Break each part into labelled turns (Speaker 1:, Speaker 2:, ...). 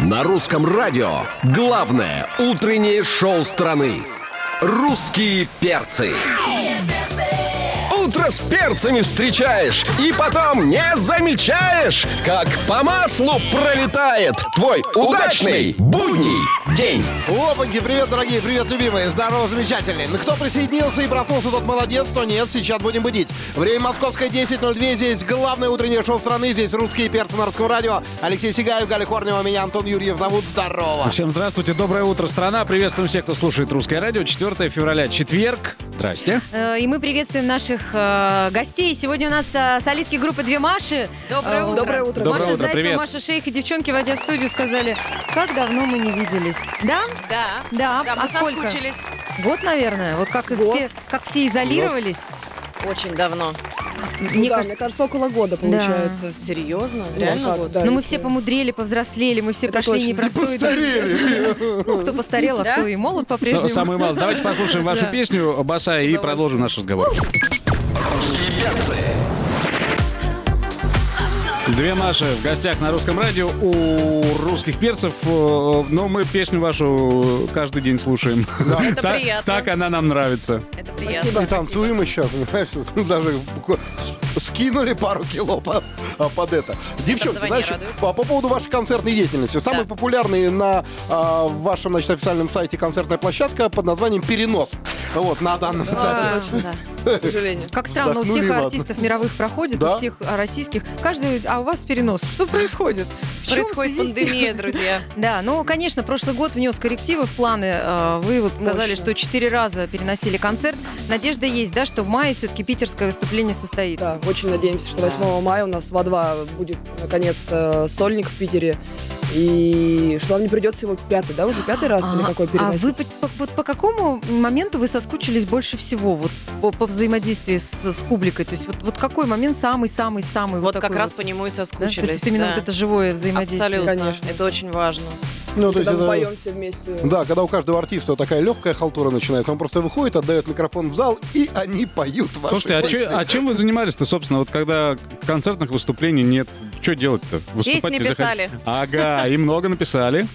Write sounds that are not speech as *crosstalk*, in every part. Speaker 1: На русском радио главное утреннее шоу страны. Русские перцы. Утро с перцами встречаешь и потом не замечаешь, как по маслу пролетает твой удачный будний день.
Speaker 2: Опаньки, привет, дорогие, привет, любимые, здорово, замечательные. Ну, кто присоединился и проснулся, тот молодец, кто нет, сейчас будем будить. Время московское 10.02, здесь главное утреннее шоу страны, здесь русские перцы на русском радио. Алексей Сигаев, Галя Хорнева, меня Антон Юрьев зовут, здорово.
Speaker 3: А, Всем здравствуйте, доброе утро, страна. Приветствуем всех, кто слушает русское радио. 4 февраля, четверг. Здрасте.
Speaker 4: Э, И мы приветствуем наших э, гостей. Сегодня у нас э, солистки группы «Две Маши». Доброе утро. Доброе утро.
Speaker 3: Доброе
Speaker 4: Маша
Speaker 3: утро,
Speaker 4: Зайцева,
Speaker 3: привет.
Speaker 4: Маша Шейх и девчонки, войдя в студию, сказали, как давно мы не виделись. Да?
Speaker 5: Да.
Speaker 4: Да.
Speaker 5: Да, мы
Speaker 4: а сколько?
Speaker 5: соскучились.
Speaker 4: Год, наверное. Вот как, из
Speaker 6: Год.
Speaker 4: все, как все изолировались.
Speaker 5: Очень давно.
Speaker 6: Ну
Speaker 4: Мне
Speaker 6: да,
Speaker 4: кажется,
Speaker 6: мне кажется, около года получается.
Speaker 5: Серьезно?
Speaker 6: Ну,
Speaker 5: Реально
Speaker 6: как,
Speaker 5: вот?
Speaker 6: да,
Speaker 4: ну мы
Speaker 6: если-
Speaker 4: все помудрели, повзрослели, мы все
Speaker 6: Это
Speaker 4: прошли
Speaker 6: точно.
Speaker 4: непростой... *laughs* Ну, кто постарел, а
Speaker 5: Да?
Speaker 4: кто и молод
Speaker 3: Ну,
Speaker 4: по-прежнему.
Speaker 3: Самый маз. Давайте послушаем вашу
Speaker 4: Да.
Speaker 3: песню, Басая, и продолжим наш разговор. Две Маши в гостях на русском радио у русских перцев. Э, Но мы песню вашу каждый день слушаем.
Speaker 5: Это
Speaker 3: Так-
Speaker 5: приятно.
Speaker 3: Так она нам нравится.
Speaker 5: Это приятно.
Speaker 2: И танцуем еще, понимаешь, вот *laughs* даже ку- с- скинули пару кило по- а, под это. Девчонки,
Speaker 5: вдвойне
Speaker 2: знаешь,
Speaker 5: радует.
Speaker 2: по, по поводу вашей концертной деятельности. Самый
Speaker 5: Да.
Speaker 2: популярный на а, вашем, значит, официальном сайте концертная площадка под названием «Перенос». Вот, на данном этапе.
Speaker 4: А, да. *laughs*
Speaker 5: К сожалению.
Speaker 4: Как
Speaker 3: ну
Speaker 4: странно, у
Speaker 2: Вздохнули,
Speaker 4: всех
Speaker 2: ладно.
Speaker 4: артистов мировых проходит,
Speaker 2: Да.
Speaker 4: у всех а, российских. Каждый, а у вас перенос. Что происходит? В чём
Speaker 5: Происходит
Speaker 4: связи с тем?
Speaker 5: пандемия, друзья.
Speaker 4: Да, ну, конечно, прошлый год внес коррективы в планы. Э, Вы вот сказали,
Speaker 6: Мощно.
Speaker 4: что четыре раза переносили концерт. Надежда есть, да, что в мае все-таки питерское выступление состоится.
Speaker 6: Да, очень надеемся, что 8 мая у нас во два будет наконец-то сольник в Питере. И что нам не придется его пятый, да, уже пятый раз или
Speaker 4: А,
Speaker 6: какой
Speaker 4: а
Speaker 6: переносить?
Speaker 4: вы по, по- вот по какому моменту вы соскучились больше всего вот по, по взаимодействию с, с публикой? То есть вот, вот какой момент самый-самый-самый?
Speaker 5: Вот как
Speaker 4: такой
Speaker 5: раз
Speaker 4: вот,
Speaker 5: по нему и
Speaker 4: да? То есть
Speaker 5: соскучились.
Speaker 4: вот именно
Speaker 5: да.
Speaker 4: вот это живое взаимодействие.
Speaker 5: Абсолютно.
Speaker 6: Конечно.
Speaker 5: Это очень важно.
Speaker 2: Ну, то
Speaker 6: Когда
Speaker 2: есть это-
Speaker 6: вдвоем все вместе.
Speaker 2: Да, когда у каждого артиста такая легкая халтура начинается, он просто выходит, отдает микрофон в зал, и они поют ваши
Speaker 3: Слушайте, а,
Speaker 2: песни.
Speaker 3: чё- а чем вы занимались-то, собственно, вот когда концертных выступлений нет? Что делать-то?
Speaker 5: Песни
Speaker 3: не захотели?
Speaker 5: писали.
Speaker 3: Ага, и много написали.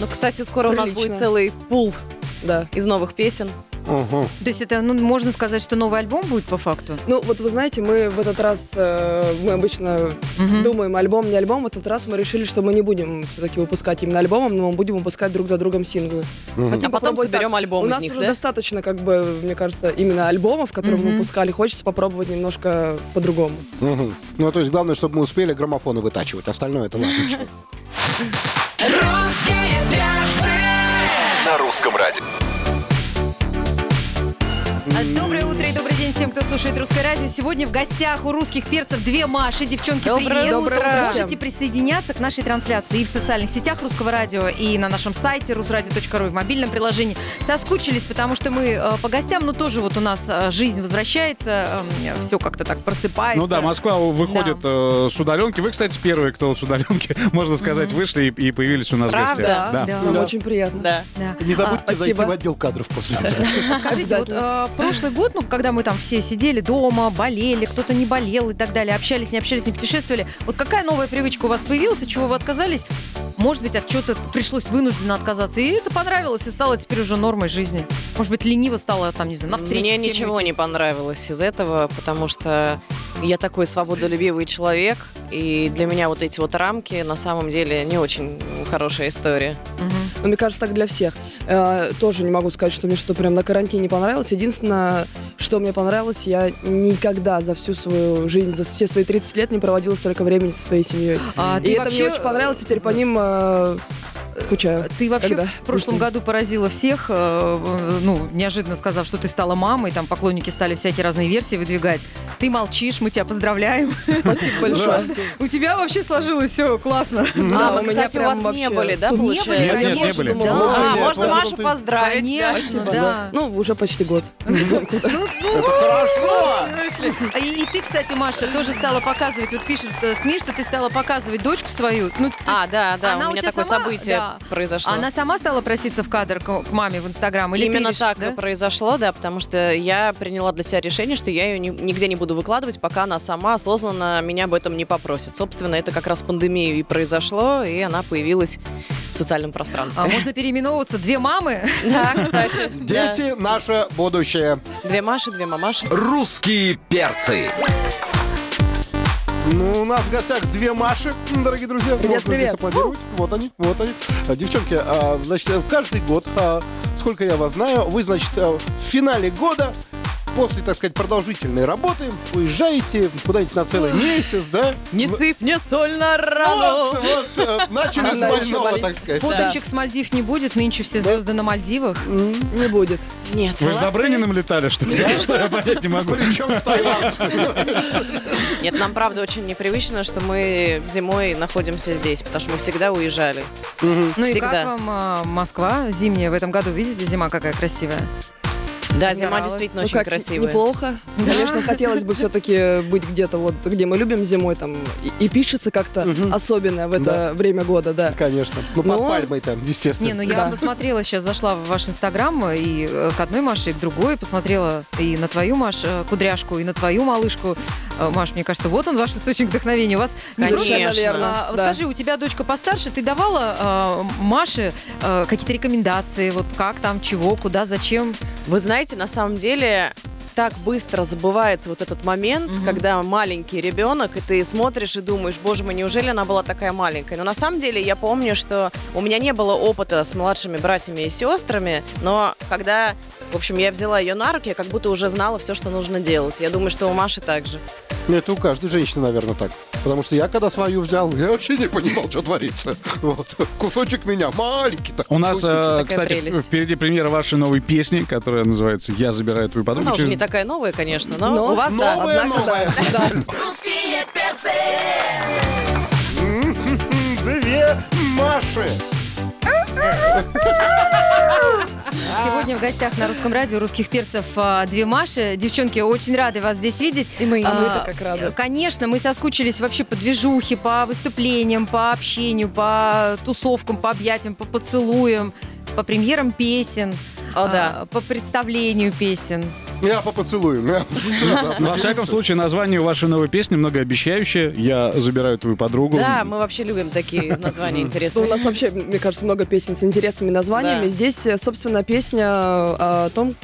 Speaker 5: Ну, кстати, скоро у нас
Speaker 6: Прилично.
Speaker 5: будет целый пул
Speaker 6: Да.
Speaker 5: из новых песен.
Speaker 2: Ага.
Speaker 4: То есть это, ну, можно сказать, что новый альбом будет по факту?
Speaker 6: Ну, вот вы знаете, мы в этот раз, э, мы обычно
Speaker 4: Мгм.
Speaker 6: думаем, альбом, не альбом. В этот раз мы решили, что мы не будем все-таки выпускать именно альбомом, но мы будем выпускать друг за другом синглы.
Speaker 2: Мгм.
Speaker 5: А потом
Speaker 6: попробовать
Speaker 5: соберем альбом
Speaker 6: У
Speaker 5: из
Speaker 6: нас
Speaker 5: них,
Speaker 6: уже
Speaker 5: да?
Speaker 6: достаточно, как бы, мне кажется, именно альбомов, которые мы
Speaker 4: Мгм.
Speaker 6: выпускали. Хочется попробовать немножко по-другому.
Speaker 2: Мгм. Ну, то есть главное, чтобы мы успели граммофоны вытачивать, остальное это
Speaker 6: *laughs*
Speaker 2: ладно. чё.
Speaker 4: А, Доброе утро и добрый день всем, кто слушает Русское радио. Сегодня в гостях у русских перцев две Маши. Девчонки,
Speaker 5: Доброе
Speaker 4: привет.
Speaker 5: утро.
Speaker 4: Вы Можете присоединяться к нашей трансляции и в социальных сетях Русского радио, и на нашем сайте rusradio.ru, и в мобильном приложении. Соскучились, потому что мы э, по гостям, но тоже вот у нас э, жизнь возвращается, все как-то так просыпается.
Speaker 3: Ну да, Москва выходит э, с удаленки. Вы, кстати, первые, кто с удаленки, *laughs* можно сказать, вышли и, и появились у нас в
Speaker 5: Правда?
Speaker 3: гостях.
Speaker 4: Да,
Speaker 6: Нам
Speaker 2: Да.
Speaker 6: очень приятно.
Speaker 5: Да.
Speaker 4: да.
Speaker 2: Не забудьте
Speaker 6: А,
Speaker 2: зайти
Speaker 6: спасибо.
Speaker 2: в отдел кадров
Speaker 6: *laughs*
Speaker 2: после этого.
Speaker 4: Скажите, вот э, прошлый год, ну, когда мы там все сидели дома, болели, кто-то не болел и так далее, общались, не общались, не путешествовали, вот какая новая привычка у вас появилась, от чего вы отказались? Может быть, от чего-то пришлось вынужденно отказаться, и это понравилось, и стало теперь уже нормой жизни. Может быть, лениво стало, там, не знаю, на встрече
Speaker 5: Мне
Speaker 4: с кем-нибудь.
Speaker 5: ничего не понравилось из этого, потому что я такой свободолюбивый человек, и для меня вот эти вот рамки на самом деле не очень хорошая история.
Speaker 4: Мгм.
Speaker 6: Но мне кажется, так для всех. Э, тоже не могу сказать, что мне что-то прям на карантине понравилось. Единственное, что мне понравилось, я никогда за всю свою жизнь, за все свои 30 лет не проводила столько времени со своей семьей.
Speaker 4: А
Speaker 6: И
Speaker 4: ты
Speaker 6: это
Speaker 4: вообще, э,
Speaker 6: мне очень понравилось, и теперь по ним э, скучаю.
Speaker 4: Ты вообще
Speaker 6: Когда?
Speaker 4: в прошлом году поразила всех, э, э, ну, неожиданно сказав, что ты стала мамой, там поклонники стали всякие разные версии выдвигать. Ты молчишь, мы тебя поздравляем.
Speaker 6: Спасибо большое.
Speaker 4: У тебя вообще сложилось все классно.
Speaker 6: Да,
Speaker 5: а, вы,
Speaker 6: у меня
Speaker 5: кстати, у
Speaker 6: прям
Speaker 5: вас не
Speaker 6: вообще
Speaker 5: были, да,
Speaker 6: супер.
Speaker 4: Не
Speaker 5: получается?
Speaker 4: были,
Speaker 3: Нет, нет, не
Speaker 4: конечно,
Speaker 3: были.
Speaker 4: да.
Speaker 2: Ну,
Speaker 5: А,
Speaker 2: Нет,
Speaker 5: можно
Speaker 2: ну,
Speaker 5: Машу
Speaker 2: ты-
Speaker 5: поздравить.
Speaker 4: Конечно,
Speaker 5: да.
Speaker 4: да.
Speaker 6: Ну, уже почти год.
Speaker 2: Хорошо!
Speaker 4: Ну, А И, и ты, кстати, Маша, тоже стала показывать, вот пишут э, СМИ, что ты стала показывать дочку свою. Ну,
Speaker 5: А, да, да,
Speaker 4: Она
Speaker 5: у
Speaker 4: у
Speaker 5: меня
Speaker 4: тебя
Speaker 5: такое
Speaker 4: сама-
Speaker 5: событие
Speaker 4: да, А,
Speaker 5: произошло.
Speaker 4: Она сама стала проситься в кадр к, к маме в Инстаграм? Или ты
Speaker 5: Именно
Speaker 4: реш-
Speaker 5: так
Speaker 4: да?
Speaker 5: и произошло, да, потому что я приняла для себя решение, что я ее нигде не буду выкладывать, пока она сама осознанно меня об этом не попросит. Собственно, это как раз в пандемию и произошло, и она появилась в социальном пространстве.
Speaker 4: А можно переименовываться «Две мамы»?
Speaker 5: *laughs* Да, А кстати. да.
Speaker 2: Дети наше будущее.
Speaker 5: Две Маши, две мамаши.
Speaker 1: Русские перцы.
Speaker 2: Ну, у нас в гостях две Маши, дорогие друзья.
Speaker 6: Привет,
Speaker 2: Можно здесь
Speaker 6: привет.
Speaker 2: аплодировать. Вот они, вот они. А, Девчонки, а, значит, каждый год, а, сколько я вас знаю, вы, значит, а, в финале года после, так сказать, продолжительной работы уезжаете куда-нибудь на целый месяц, да?
Speaker 5: Не
Speaker 2: В-
Speaker 5: сыпь мне соль на
Speaker 2: Вот,
Speaker 5: рану.
Speaker 2: вот, э, начали с
Speaker 6: Она еще
Speaker 2: больного,
Speaker 6: болит.
Speaker 2: так сказать.
Speaker 4: Фоточек с Мальдив не будет, нынче все звезды на Мальдивах. Ну
Speaker 6: Не будет.
Speaker 5: Нет,
Speaker 3: Вы с
Speaker 5: молодцы.
Speaker 3: Добрыниным летали, что ли? *laughs* Что я понять не могу.
Speaker 2: Причем в Таиланд.
Speaker 5: Нет, нам правда очень непривычно, что мы зимой находимся здесь, потому что мы всегда уезжали.
Speaker 4: Ну и
Speaker 5: Всегда.
Speaker 4: как вам а, Москва зимняя в этом году? Видите, зима какая красивая.
Speaker 5: Да, зима
Speaker 4: Понравилось.
Speaker 5: действительно
Speaker 6: Ну
Speaker 5: очень
Speaker 6: как,
Speaker 5: красивая.
Speaker 6: неплохо. Конечно, хотелось бы все-таки быть где-то вот, где мы любим зимой, там, и, и пишется как-то особенно в это
Speaker 2: Да.
Speaker 6: время года, да.
Speaker 2: Конечно. Ну, под
Speaker 6: Но-
Speaker 2: пальмой там, естественно.
Speaker 4: Не, ну я
Speaker 6: Да.
Speaker 4: посмотрела, сейчас зашла в ваш инстаграм и э, к одной Маше, и к другой, посмотрела и на твою, Маш, э, кудряшку, и на твою малышку. Э, Маш, мне кажется, вот он, ваш источник вдохновения. У вас
Speaker 5: Конечно.
Speaker 6: Совершенно верно.
Speaker 4: А, вот
Speaker 6: да.
Speaker 4: Скажи, у тебя дочка постарше, ты давала а, Маше а, какие-то рекомендации, вот как там, чего, куда, зачем?
Speaker 5: Вы знаете, на самом деле так быстро забывается вот этот момент,
Speaker 4: Мгм.
Speaker 5: когда маленький ребенок, и ты смотришь и думаешь, боже мой, неужели она была такая маленькая? Но на самом деле я помню, что у меня не было опыта с младшими братьями и сестрами, но когда, в общем, я взяла ее на руки, я как будто уже знала все, что нужно делать. Я думаю, что у Маши так же.
Speaker 2: Ну, это у каждой женщины, наверное, так. Потому что я, когда свою взял, я вообще не понимал, что творится. Вот. Кусочек меня маленький такой.
Speaker 3: У нас,
Speaker 2: кусочек.
Speaker 3: э,
Speaker 5: такая
Speaker 3: кстати, в-
Speaker 5: прелесть.
Speaker 3: впереди премьера вашей новой песни, которая называется «Я забираю твою подругу».
Speaker 5: Она уже
Speaker 3: Через-
Speaker 5: не такая новая, конечно, но, у вас, да,
Speaker 2: новое,
Speaker 5: однако, да.
Speaker 2: новое.
Speaker 7: Русские перцы!
Speaker 2: Две Маши.
Speaker 6: А.
Speaker 4: Сегодня в гостях на Русском радио русских перцев а, две Маши. Девчонки, очень рады вас здесь видеть.
Speaker 6: И мы, и
Speaker 4: А,
Speaker 6: мы-то как раз.
Speaker 4: Конечно, мы соскучились вообще по движухе, по выступлениям, по общению, по тусовкам, по объятиям, по поцелуям, по премьерам песен,
Speaker 5: О, да.
Speaker 4: а, по представлению песен.
Speaker 2: Я по поцелую. Я
Speaker 3: *laughs* Ну, Во всяком случае, название вашей новой песни многообещающее. «Я забираю твою подругу».
Speaker 5: Да, мы вообще любим такие названия
Speaker 6: Ну, У
Speaker 5: интересные.
Speaker 6: нас вообще, мне кажется, много песен с интересными названиями.
Speaker 5: Да.
Speaker 6: Здесь, э, собственно, песня э, о том,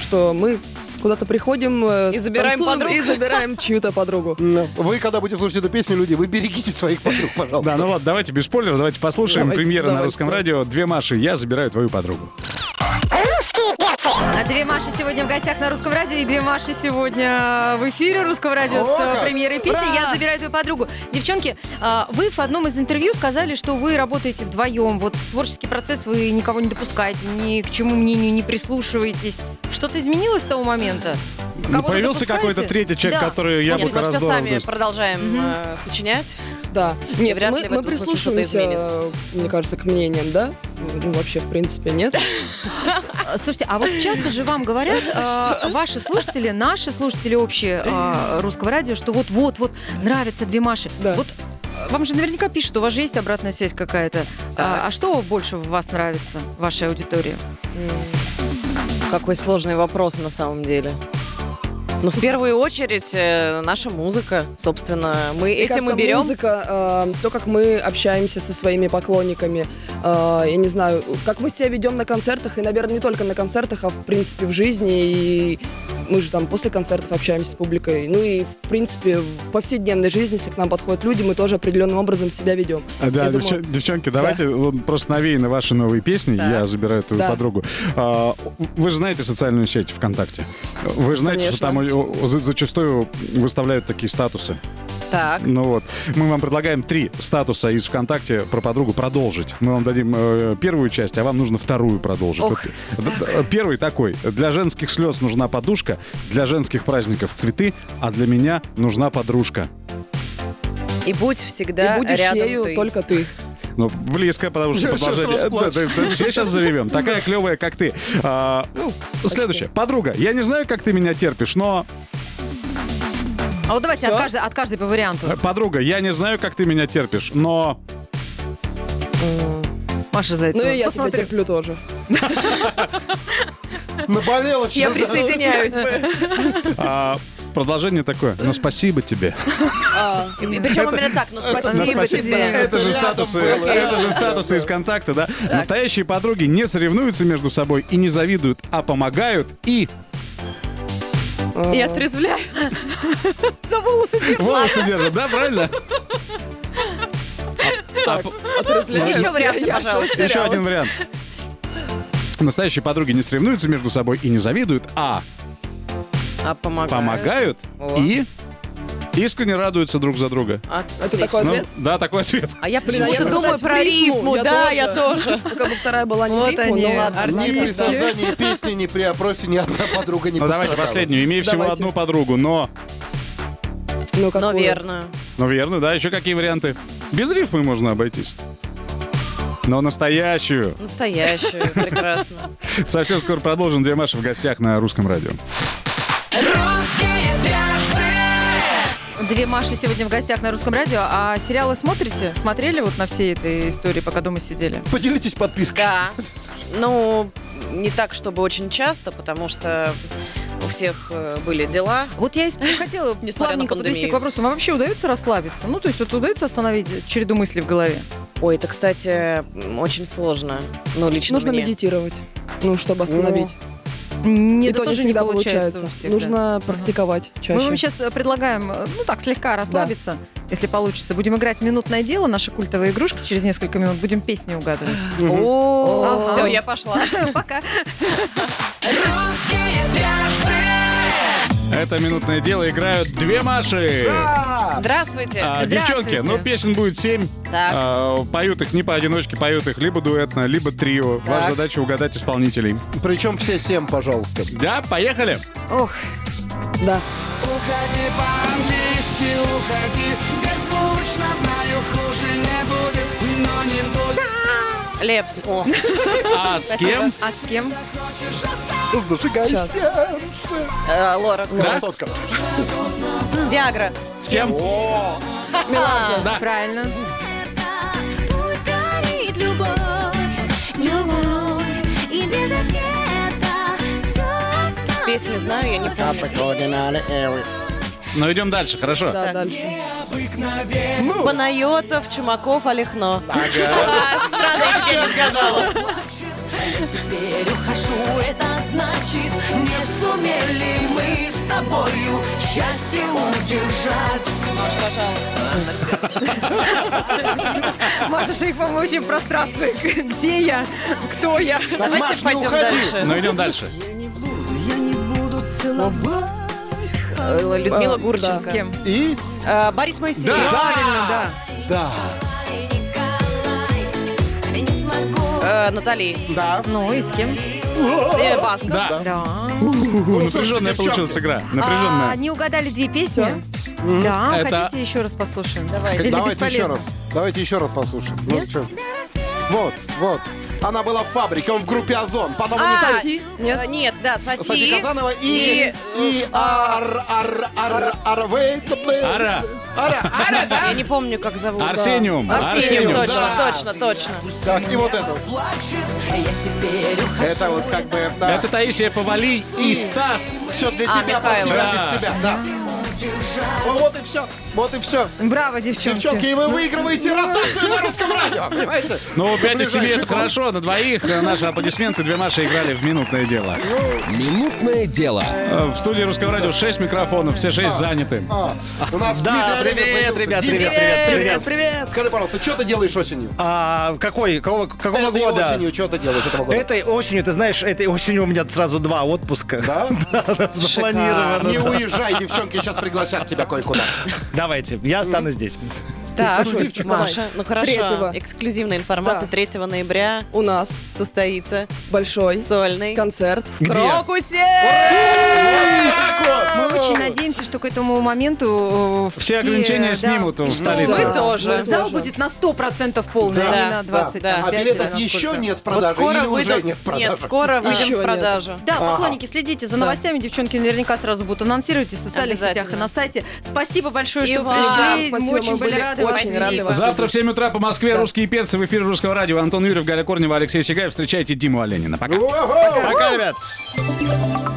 Speaker 6: что мы куда-то приходим э,
Speaker 5: И забираем
Speaker 6: танцуем
Speaker 5: подруг.
Speaker 6: и забираем чью-то подругу.
Speaker 2: Вы, когда будете слушать эту песню, люди, вы берегите своих подруг, пожалуйста.
Speaker 3: Да, ну вот, давайте без спойлеров, давайте послушаем.
Speaker 6: Давайте,
Speaker 3: Премьера на
Speaker 6: давайте.
Speaker 3: русском радио. Две Маши, я забираю твою подругу.
Speaker 4: А две Маши сегодня в гостях на Русском радио, и две Маши сегодня в эфире Русского радио с
Speaker 2: О, как!
Speaker 4: э, премьерой песни «Я забираю твою подругу». Девчонки, а, вы в одном из интервью сказали, что вы работаете вдвоем, вот в творческий процесс вы никого не допускаете, ни к чему мнению не прислушиваетесь. Что-то изменилось с того момента?
Speaker 3: Ну,
Speaker 4: Кого-то
Speaker 3: появился
Speaker 4: допускаете?
Speaker 3: какой-то третий человек,
Speaker 4: Да.
Speaker 3: который я
Speaker 5: Может,
Speaker 3: буду
Speaker 5: мы все сами
Speaker 3: раздолбывать.
Speaker 5: продолжаем э, сочинять.
Speaker 6: Да. Нет,
Speaker 5: вряд
Speaker 6: мы,
Speaker 5: ли в
Speaker 6: мы
Speaker 5: этом смысле что-то
Speaker 6: прислушиваемся,
Speaker 5: изменится.
Speaker 6: э, мне кажется, к мнениям, да? Ну, вообще, в принципе, нет.
Speaker 4: А, Слушайте, а вот часто же вам говорят э, ваши слушатели, наши слушатели общие э, русского радио, что вот-вот-вот нравятся две Маши.
Speaker 6: Да.
Speaker 4: Вот э, вам же наверняка пишут, у вас же есть обратная связь какая-то.
Speaker 5: Так.
Speaker 4: А, а что больше в вас нравится, вашей аудитории?
Speaker 5: М, Какой сложный вопрос на самом деле. Ну, в первую очередь, э, наша музыка, собственно, мы
Speaker 6: Мне
Speaker 5: этим
Speaker 6: кажется,
Speaker 5: и берем.
Speaker 6: Музыка, э, то, как мы общаемся со своими поклонниками, э, я не знаю, как мы себя ведем на концертах, и, наверное, не только на концертах, а в принципе в жизни. И мы же там после концертов общаемся с публикой. Ну и, в принципе, в повседневной жизни, если к нам подходят люди, мы тоже определенным образом себя ведем.
Speaker 3: А, Да,
Speaker 6: Я думаю-
Speaker 3: девчон- девчонки, давайте вот просто навеяно ваши новые песни.
Speaker 5: Так.
Speaker 3: Я забираю твою
Speaker 6: Да.
Speaker 3: подругу. А, Вы же знаете социальную сеть ВКонтакте. Вы знаете, что там э, о- о- за- зачастую выставляют такие статусы.
Speaker 5: Так.
Speaker 3: Ну вот, мы вам предлагаем три статуса из ВКонтакте про подругу продолжить. Мы вам дадим э, первую часть, а вам нужно вторую продолжить.
Speaker 5: Ох,
Speaker 3: Вот, д- д- Первый такой. Для женских слез нужна подушка, для женских праздников цветы, а для меня нужна подружка.
Speaker 5: И будь всегда
Speaker 6: и будешь
Speaker 5: рядом
Speaker 6: ею
Speaker 5: ты.
Speaker 6: только ты.
Speaker 3: Ну, близко, потому что
Speaker 2: Я щас
Speaker 3: продолжение.
Speaker 2: расплачусь. Ну,
Speaker 3: Да, да, да, все сейчас заревем. Такая клевая, как ты. А, следующее. Подруга, я не знаю, как ты меня терпишь, но...
Speaker 4: А вот давайте от каждой, от каждой по
Speaker 3: э,
Speaker 4: варианту.
Speaker 3: Подруга, я не знаю, как ты меня терпишь, но...
Speaker 4: Маша Зайцева.
Speaker 6: Ну и я тебя
Speaker 4: Посмотрю.
Speaker 6: терплю тоже.
Speaker 2: Наболело
Speaker 6: *laughs*
Speaker 5: Я
Speaker 2: что-то.
Speaker 5: присоединяюсь.
Speaker 3: А, Продолжение такое. Но спасибо тебе.
Speaker 5: Причем именно так, ну спасибо
Speaker 3: спасибо.
Speaker 5: тебе.
Speaker 3: Это же
Speaker 2: Рядом
Speaker 3: статусы,
Speaker 2: было.
Speaker 3: это же статусы из контакта, да? Настоящие подруги не соревнуются между собой и не завидуют, а помогают и
Speaker 4: *laughs*
Speaker 5: И отрезвляют. За волосы держат.
Speaker 3: волосы держат, да, правильно? А- а по-
Speaker 6: Отрезвляют.
Speaker 5: Еще варианты,
Speaker 6: Я- я
Speaker 5: пожалуйста.
Speaker 3: Еще один вариант. Настоящие подруги не соревнуются между собой и не завидуют, а
Speaker 5: А помогают.
Speaker 3: помогают
Speaker 5: Вот.
Speaker 3: и искренне радуются друг за друга.
Speaker 6: Это такой
Speaker 3: Ну,
Speaker 6: ответ?
Speaker 3: да, такой ответ.
Speaker 5: А я
Speaker 6: Блин, а я
Speaker 5: почему-то думаю
Speaker 6: пытаюсь
Speaker 5: про
Speaker 6: в рифму,
Speaker 5: рифму.
Speaker 6: я
Speaker 5: Да,
Speaker 6: тоже.
Speaker 5: я тоже.
Speaker 6: Ну, как бы вторая была не в
Speaker 4: Вот
Speaker 6: рифму,
Speaker 4: они,
Speaker 6: ну ладно.
Speaker 2: Ни при
Speaker 6: ладно.
Speaker 2: создании песни, ни при опросе ни одна подруга не
Speaker 3: Ну, давайте
Speaker 2: пострадала.
Speaker 3: последнюю. Имей всего
Speaker 6: Давайте.
Speaker 3: одну подругу, но...
Speaker 6: Ну, какую?
Speaker 5: Но верно.
Speaker 3: Ну, верно, да. Еще какие варианты? Без рифмы можно обойтись. Но настоящую.
Speaker 5: Настоящую, прекрасно.
Speaker 3: Совсем скоро продолжим. Две Маши в гостях на русском радио.
Speaker 7: Русские перцы!
Speaker 4: Две Маши сегодня в гостях на русском радио. А сериалы смотрите? Смотрели вот на всей этой истории, пока дома сидели?
Speaker 2: Поделитесь подпиской.
Speaker 5: Да. Ну, не так, чтобы очень часто, потому что у всех э, были дела.
Speaker 4: Вот я и хотела
Speaker 5: Несмотря на
Speaker 4: плавненько подвести
Speaker 5: пандемию.
Speaker 4: к вопросу. Вам вообще удается расслабиться? Ну, то есть вот удается остановить череду мыслей в голове?
Speaker 5: Ой, это, кстати, м, очень сложно. Ну, лично
Speaker 6: Нужно
Speaker 5: мне.
Speaker 6: медитировать, ну, чтобы остановить.
Speaker 4: Нет,
Speaker 6: И то не всегда получается. Нужно практиковать чаще.
Speaker 4: Мы вам сейчас предлагаем, э, ну так, слегка расслабиться, если получится. Будем играть в «Минутное дело», наша культовая игрушка. Через несколько минут будем песни угадывать. О,
Speaker 5: Все, я пошла.
Speaker 4: Пока.
Speaker 7: Русские перцы!
Speaker 3: Это минутное дело. Играют две Маши.
Speaker 5: Здравствуйте.
Speaker 3: А,
Speaker 4: Здравствуйте.
Speaker 3: девчонки, ну песен будет семь.
Speaker 5: Так.
Speaker 3: А, поют их не поодиночке, поют их либо дуэтно, либо трио. Ваша задача угадать исполнителей.
Speaker 2: Причем все семь, пожалуйста.
Speaker 3: Да, поехали.
Speaker 4: Ох,
Speaker 6: Да.
Speaker 7: Уходи по-английски, уходи, беззвучно знаю, хуже не будет, но не будет.
Speaker 5: Лепс.
Speaker 3: А с кем?
Speaker 4: а с кем?
Speaker 7: Хочешь остаться?
Speaker 2: Зажигай
Speaker 6: Сейчас.
Speaker 2: сердце.
Speaker 5: Э, Лора.
Speaker 2: Красотка.
Speaker 5: Виагра.
Speaker 3: С кем?
Speaker 4: Правильно.
Speaker 8: Пусть горит любовь, любовь И без ответа все осталось
Speaker 5: Песни знаю, я не помню.
Speaker 3: Ну идем дальше, хорошо.
Speaker 6: Да, дальше.
Speaker 5: Панайотов, Чумаков, Олехно. А, Странно, я тебе не сказала.
Speaker 7: Теперь ухожу, это значит, не сумели мы с тобою счастье удержать.
Speaker 5: Маш, пожалуйста.
Speaker 4: *laughs* Маша Шейфа, мы очень в пространстве. Где я? Кто я?
Speaker 2: Так, Маш, не
Speaker 5: Пойдем
Speaker 2: уходи.
Speaker 5: дальше.
Speaker 3: Ну идем дальше.
Speaker 7: Я не буду целовать.
Speaker 5: Э, Людмила
Speaker 6: Э,
Speaker 5: Гурченко.
Speaker 4: С кем?
Speaker 2: И?
Speaker 5: Э, Борис Моисеев.
Speaker 4: Да.
Speaker 2: Да.
Speaker 8: Николай, не смогу
Speaker 5: Э, Натали.
Speaker 2: Да.
Speaker 4: Ну и с кем?
Speaker 5: Э, Басков.
Speaker 3: Да.
Speaker 4: Да.
Speaker 3: Фу,
Speaker 2: слушайте,
Speaker 3: напряженная
Speaker 2: девчонки.
Speaker 3: получилась игра.
Speaker 4: А,
Speaker 3: Напряженная.
Speaker 4: не угадали две песни? Да,
Speaker 3: Это-
Speaker 4: хотите еще раз послушаем?
Speaker 5: Давайте.
Speaker 4: Или
Speaker 2: Давайте еще
Speaker 4: бесполезно?
Speaker 2: раз. Давайте еще раз послушаем. Ну, чё. Вот, вот. Она была в фабрике, он в группе Озон. Потом они
Speaker 5: А,
Speaker 2: стали
Speaker 6: Сати?
Speaker 5: Э,
Speaker 6: Нет?
Speaker 5: Нет, да, Сати.
Speaker 2: Сати Казанова и... И... Ар... Ар... Ар... Ар... wait the play.
Speaker 3: Ара.
Speaker 2: Ара. Ара, да?
Speaker 5: Я не помню, как зовут.
Speaker 3: Арсениум.
Speaker 5: Арсениум,
Speaker 3: Арсениум.
Speaker 5: точно,
Speaker 2: Да.
Speaker 5: точно, точно.
Speaker 2: *laughs* Так, и вот это. Это вот как бы... Да.
Speaker 3: Это Таисия Повали и Стас.
Speaker 2: все для
Speaker 5: А,
Speaker 2: тебя, под
Speaker 5: Михаил.
Speaker 2: тебя,
Speaker 3: Да.
Speaker 2: без тебя. Да. Ну, вот и все. Вот и все.
Speaker 4: Браво, девчонки.
Speaker 2: Девчонки, и вы выигрываете ротацию на русском радио. Понимаете?
Speaker 3: Ну, 5 из 7
Speaker 2: Ближайший
Speaker 3: это
Speaker 2: кон-
Speaker 3: хорошо, на двоих э, наши аплодисменты, две Маши играли в минутное дело.
Speaker 1: Минутное дело.
Speaker 3: Э, В студии Русского радио 6 микрофонов, все 6 заняты.
Speaker 2: А, У нас
Speaker 9: Да,
Speaker 2: Дмитрий Олегов
Speaker 9: привет,
Speaker 2: появился.
Speaker 9: ребят,
Speaker 2: Дим,
Speaker 9: привет, привет, привет.
Speaker 2: Скажи, пожалуйста, что ты делаешь осенью?
Speaker 9: А, какой, какого, какого
Speaker 2: Этой
Speaker 9: года?
Speaker 2: осенью что ты делаешь этого года?
Speaker 9: Этой осенью, ты знаешь, этой осенью у меня сразу два отпуска.
Speaker 2: Да?
Speaker 9: *laughs* Да, Запланировано.
Speaker 2: Не уезжай, девчонки сейчас пригласят тебя кое-куда.
Speaker 9: Давайте, я останусь здесь.
Speaker 5: Так,
Speaker 2: Эксклюзивчик,
Speaker 5: Маша, ну хорошо.
Speaker 6: Третьего.
Speaker 5: Эксклюзивная информация
Speaker 6: Да.
Speaker 5: 3 ноября
Speaker 6: У нас
Speaker 5: состоится
Speaker 6: большой
Speaker 5: сольный
Speaker 6: концерт.
Speaker 9: Где?
Speaker 5: Крокусе!
Speaker 4: Мы очень надеемся, что к этому моменту э,
Speaker 3: Все ограничения
Speaker 4: да,
Speaker 3: снимут в столице.
Speaker 5: Мы
Speaker 4: да,
Speaker 5: тоже.
Speaker 4: Зал
Speaker 6: Тоже.
Speaker 4: будет на 100% полный,
Speaker 5: Да.
Speaker 4: а не на 25
Speaker 5: Да.
Speaker 2: А
Speaker 4: или
Speaker 2: билетов
Speaker 4: на
Speaker 2: еще
Speaker 4: сколько.
Speaker 2: нет в
Speaker 5: Вот
Speaker 2: продаже
Speaker 5: скоро
Speaker 2: или уже
Speaker 5: выйдут.
Speaker 2: нет в продаже?
Speaker 5: Нет, скоро выйдем
Speaker 6: Еще
Speaker 5: в
Speaker 6: нет.
Speaker 5: продажу.
Speaker 4: Да, поклонники, следите за новостями. Девчонки наверняка сразу будут анонсировать и в социальных сетях, и
Speaker 5: Обязательно.
Speaker 4: на сайте. Спасибо большое,
Speaker 5: И
Speaker 4: что
Speaker 5: вам.
Speaker 4: пришли.
Speaker 6: Спасибо,
Speaker 4: мы очень
Speaker 6: мы
Speaker 4: были
Speaker 6: были
Speaker 4: рады
Speaker 5: Очень рады вас.
Speaker 3: Завтра в 7 утра по Москве «Русские перцы» в эфире Русского радио. Анатолий Юрьев, Галя Корнева, Алексей Сигаев. Встречайте Диму Оленина. Пока.
Speaker 9: Пока, ребят.